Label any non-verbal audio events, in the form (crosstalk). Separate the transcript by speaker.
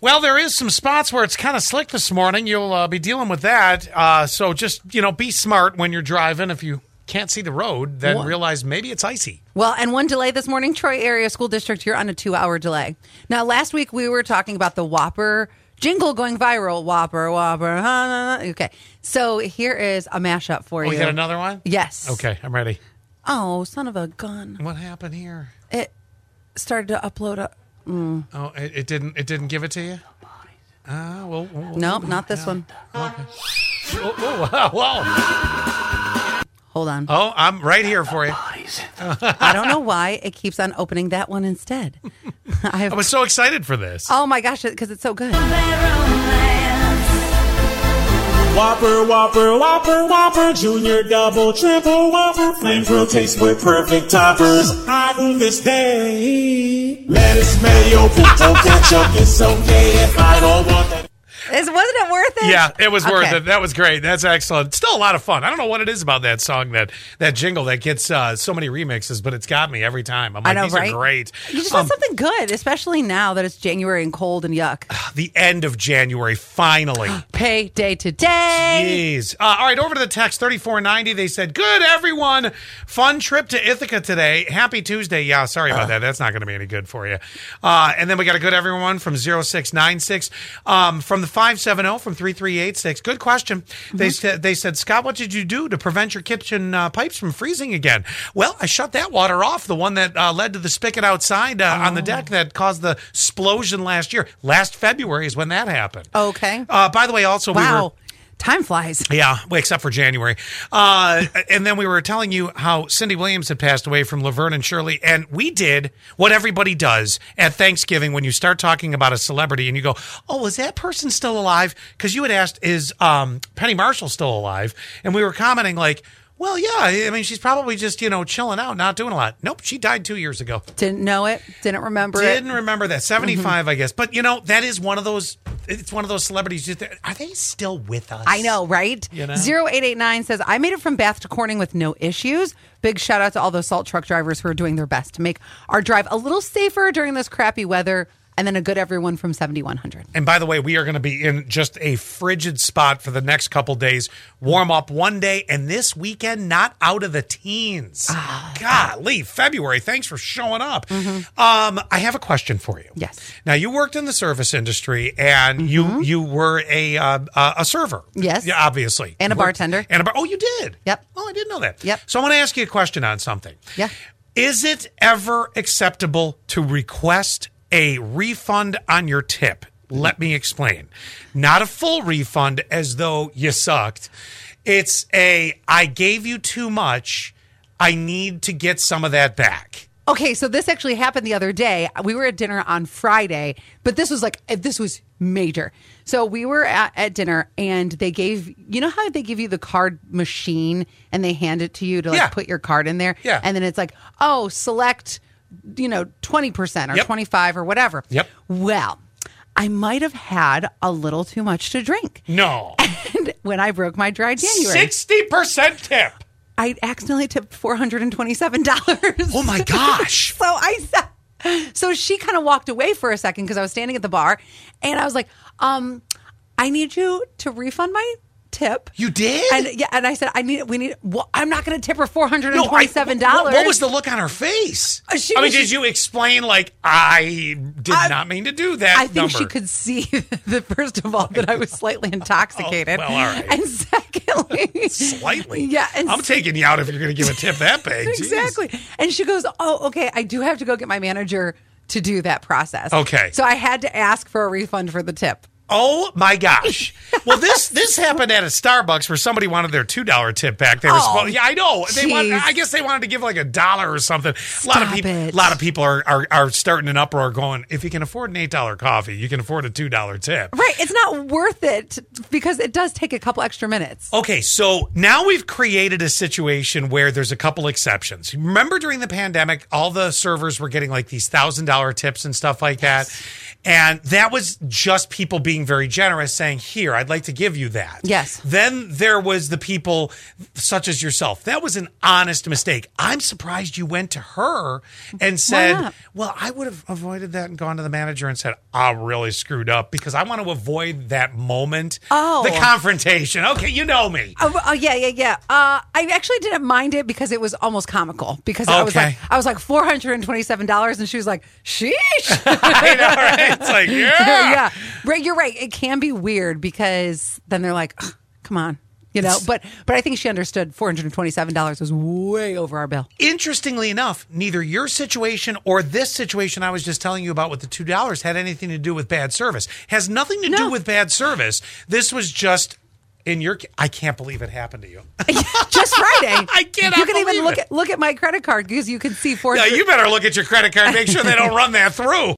Speaker 1: Well, there is some spots where it's kind of slick this morning. You'll uh, be dealing with that. Uh, so just you know, be smart when you're driving. If you can't see the road, then
Speaker 2: What?
Speaker 1: realize maybe it's icy.
Speaker 2: Well, and one delay this morning, Troy Area School District, you're on a two hour delay. Now, last week we were talking about the Whopper jingle going viral. Whopper, Whopper. huh, huh, huh. Okay. So here is a mashup for
Speaker 1: Oh,
Speaker 2: you.
Speaker 1: you got another one?
Speaker 2: Yes.
Speaker 1: Okay, I'm ready.
Speaker 2: Oh, son of a gun.
Speaker 1: What happened here?
Speaker 2: It started to upload a.
Speaker 1: Oh, it, it didn't. It didn't give it to you. Ah, well. well-
Speaker 2: Nope, not this one.
Speaker 1: Oh, oh, wow, wow.
Speaker 2: Hold on.
Speaker 1: Oh, I'm right here for you.
Speaker 2: I don't know why it keeps on opening that one instead. (laughs) I
Speaker 1: I
Speaker 2: have.
Speaker 1: was so excited for this.
Speaker 2: Oh my gosh, because it's so good.
Speaker 3: Whopper, Whopper, Whopper, Whopper, Junior, Double, Triple, Whopper, Flame Grill taste with perfect toppers. I on this day. Lettuce, mayo, pickle, ketchup, it's okay if I don't want that.
Speaker 2: Is, wasn't it worth it?
Speaker 1: Yeah, it was worth
Speaker 2: Okay.
Speaker 1: it. That was great. That's excellent. Still a lot of fun. I don't know what it is about that song that that jingle that gets uh, so many remixes, but it's got me every time. I'm like,
Speaker 2: I know,
Speaker 1: these
Speaker 2: right?
Speaker 1: are great.
Speaker 2: You just
Speaker 1: Um,
Speaker 2: want something good, especially now that it's January and cold and yuck.
Speaker 1: the end of January,
Speaker 2: (gasps)
Speaker 1: finally.
Speaker 2: Payday today.
Speaker 1: Jeez. Uh, all right, over to the text 3490. They said, Good, everyone. Fun trip to Ithaca today. Happy Tuesday. Yeah, sorry
Speaker 2: Uh.
Speaker 1: about that. That's not going to be any good for you. Uh, and then we got a good everyone from 0696, um, from the 570, from 3386. Good question. They,
Speaker 2: Mm-hmm.
Speaker 1: said, they said, Scott, what did you do to prevent your kitchen uh, pipes from freezing again? Well, I shut that water off, the one that uh, led to the spigot outside uh,
Speaker 2: Oh.
Speaker 1: on the deck that caused the explosion last year. Last February is when that happened.
Speaker 2: Okay.
Speaker 1: Uh, by the way, also, we were.
Speaker 2: wow. Time flies.
Speaker 1: Yeah, well, except for January. Uh, and then we were telling you how Cindy Williams had passed away from Laverne and Shirley. And we did what everybody does at Thanksgiving when you start talking about a celebrity and you go, oh, is that person still alive? Because you had asked, is um, Penny Marshall still alive? And we were commenting, like, well, yeah, I mean, she's probably just, you know, chilling out, not doing a lot. Nope, she died two years ago.
Speaker 2: Didn't know it. Didn't remember it.
Speaker 1: Didn't remember that. 75, I guess. But, you know, that is one of those, it's one of those celebrities. you think, Are they still with us?
Speaker 2: I know, right?
Speaker 1: You know?
Speaker 2: 0889 says, I made it from Bath to Corning with no issues. Big shout out to all those salt truck drivers who are doing their best to make our drive a little safer during this crappy weather. And then a good everyone from 7100.
Speaker 1: And by the way, we are going to be in just a frigid spot for the next couple days. Warm up one day, and this weekend, not out of the teens.
Speaker 2: Ah.
Speaker 1: Golly, February. Thanks for showing up. Um, I have a question for you.
Speaker 2: Mm-hmm. Yes. Mm-hmm.
Speaker 1: Now you worked in the service industry, and you you were a uh, uh, a server.
Speaker 2: Yes.
Speaker 1: Yeah, obviously.
Speaker 2: And a
Speaker 1: You worked-
Speaker 2: bartender.
Speaker 1: And a bar. Oh, you did.
Speaker 2: Yep.
Speaker 1: Oh, I didn't know that.
Speaker 2: Yep.
Speaker 1: So I want to ask you a question on something.
Speaker 2: Yeah.
Speaker 1: Is it ever acceptable to request a refund on your tip? Let me explain. Not a full refund as though you sucked. It's a I gave you too much. I need to get some of that back.
Speaker 2: Okay, so this actually happened the other day. We were at dinner on Friday, but this was like eh, this was major. So we were at, at dinner and they gave you know how they give you the card machine and they hand it to you to like
Speaker 1: Yeah.
Speaker 2: put your card in there.
Speaker 1: Yeah.
Speaker 2: And then it's like, oh, select you know, twenty percent or
Speaker 1: Yep.
Speaker 2: twenty five or whatever.
Speaker 1: Yep.
Speaker 2: Well, I might have had a little too much to drink. (laughs)
Speaker 1: No.
Speaker 2: And when I broke my dry January,
Speaker 1: 60% tip.
Speaker 2: I accidentally tipped four hundred and twenty seven dollars.
Speaker 1: Oh my gosh.
Speaker 2: (laughs) So I sa- so she kind of walked away for a second because I was standing at the bar and I was like, um, I need you to refund my tip.
Speaker 1: You did?
Speaker 2: and yeah, and I said, I need we need well, I'm not gonna tip her four hundred
Speaker 1: No,
Speaker 2: and
Speaker 1: I-
Speaker 2: twenty seven
Speaker 1: What,
Speaker 2: dollars.
Speaker 1: what was the look on her face?
Speaker 2: Uh, she
Speaker 1: I mean,
Speaker 2: was
Speaker 1: did
Speaker 2: just-
Speaker 1: you explain like I did
Speaker 2: I-
Speaker 1: not mean to do that?
Speaker 2: I think
Speaker 1: number?
Speaker 2: she
Speaker 1: Oh,
Speaker 2: could see (laughs) that first of all that I was
Speaker 1: (laughs)
Speaker 2: slightly intoxicated.
Speaker 1: well, all right.
Speaker 2: And secondly
Speaker 1: slightly.
Speaker 2: (laughs) Yeah, and
Speaker 1: I'm taking you out if you're going to give a tip that
Speaker 2: (laughs)
Speaker 1: big. Jeez.
Speaker 2: Exactly. And she goes, Oh, okay, I do have to go get my manager to do that process.
Speaker 1: Okay.
Speaker 2: So I had to ask for a refund for the tip.
Speaker 1: Oh my gosh! Well, this this happened at a Starbucks where somebody wanted their two dollar tip back. They were
Speaker 2: Oh,
Speaker 1: supposed, yeah, I know. They want,
Speaker 2: jeez.
Speaker 1: I guess they wanted to give like a dollar or something. a lot of
Speaker 2: Stop
Speaker 1: people,
Speaker 2: it.
Speaker 1: a lot of people are, are are starting an uproar, going, if you can afford an eight dollar coffee, you can afford a two dollar tip.
Speaker 2: Right. It's not worth it because it does take a couple extra minutes.
Speaker 1: Okay, so now we've created a situation where there's a couple exceptions. Remember during the pandemic, all the servers were getting like these thousand dollar tips and stuff like that. And that was just people being being very generous, saying, Here, I'd like to give you that.
Speaker 2: Yes.
Speaker 1: Then there was the people such as yourself. That was an honest mistake. I'm surprised you went to her and said,
Speaker 2: not?
Speaker 1: Well, I would have avoided that and gone to the manager and said, I really screwed up because I want to avoid that moment.
Speaker 2: Oh.
Speaker 1: The confrontation. Okay, you know me. (laughs)
Speaker 2: Oh, oh, yeah, yeah, yeah. Uh, I actually didn't mind it because it was almost comical. Because I was
Speaker 1: Okay.
Speaker 2: like, I was like four hundred and twenty-seven dollars, and she was like, "Sheesh."
Speaker 1: (laughs)
Speaker 2: (laughs)
Speaker 1: I know, right? It's like,
Speaker 2: yeah, right. You're right. It can be weird because then they're like, "Ugh, "Come on,"
Speaker 1: (laughs)
Speaker 2: you know. But but I think she understood. Four hundred and twenty-seven dollars was way over our bill.
Speaker 1: interestingly enough, neither your situation or this situation I was just telling you about with the two dollars had anything to do with bad service. Has nothing to do
Speaker 2: No.
Speaker 1: with bad service. This was just in your. ca- I can't believe it happened to you. (laughs)
Speaker 2: (laughs) Just Friday.
Speaker 1: I cannot
Speaker 2: You can even
Speaker 1: believe
Speaker 2: look
Speaker 1: it.
Speaker 2: at look at my credit card because you can see four.
Speaker 1: Now, you better look at your credit card, make sure they don't run that through.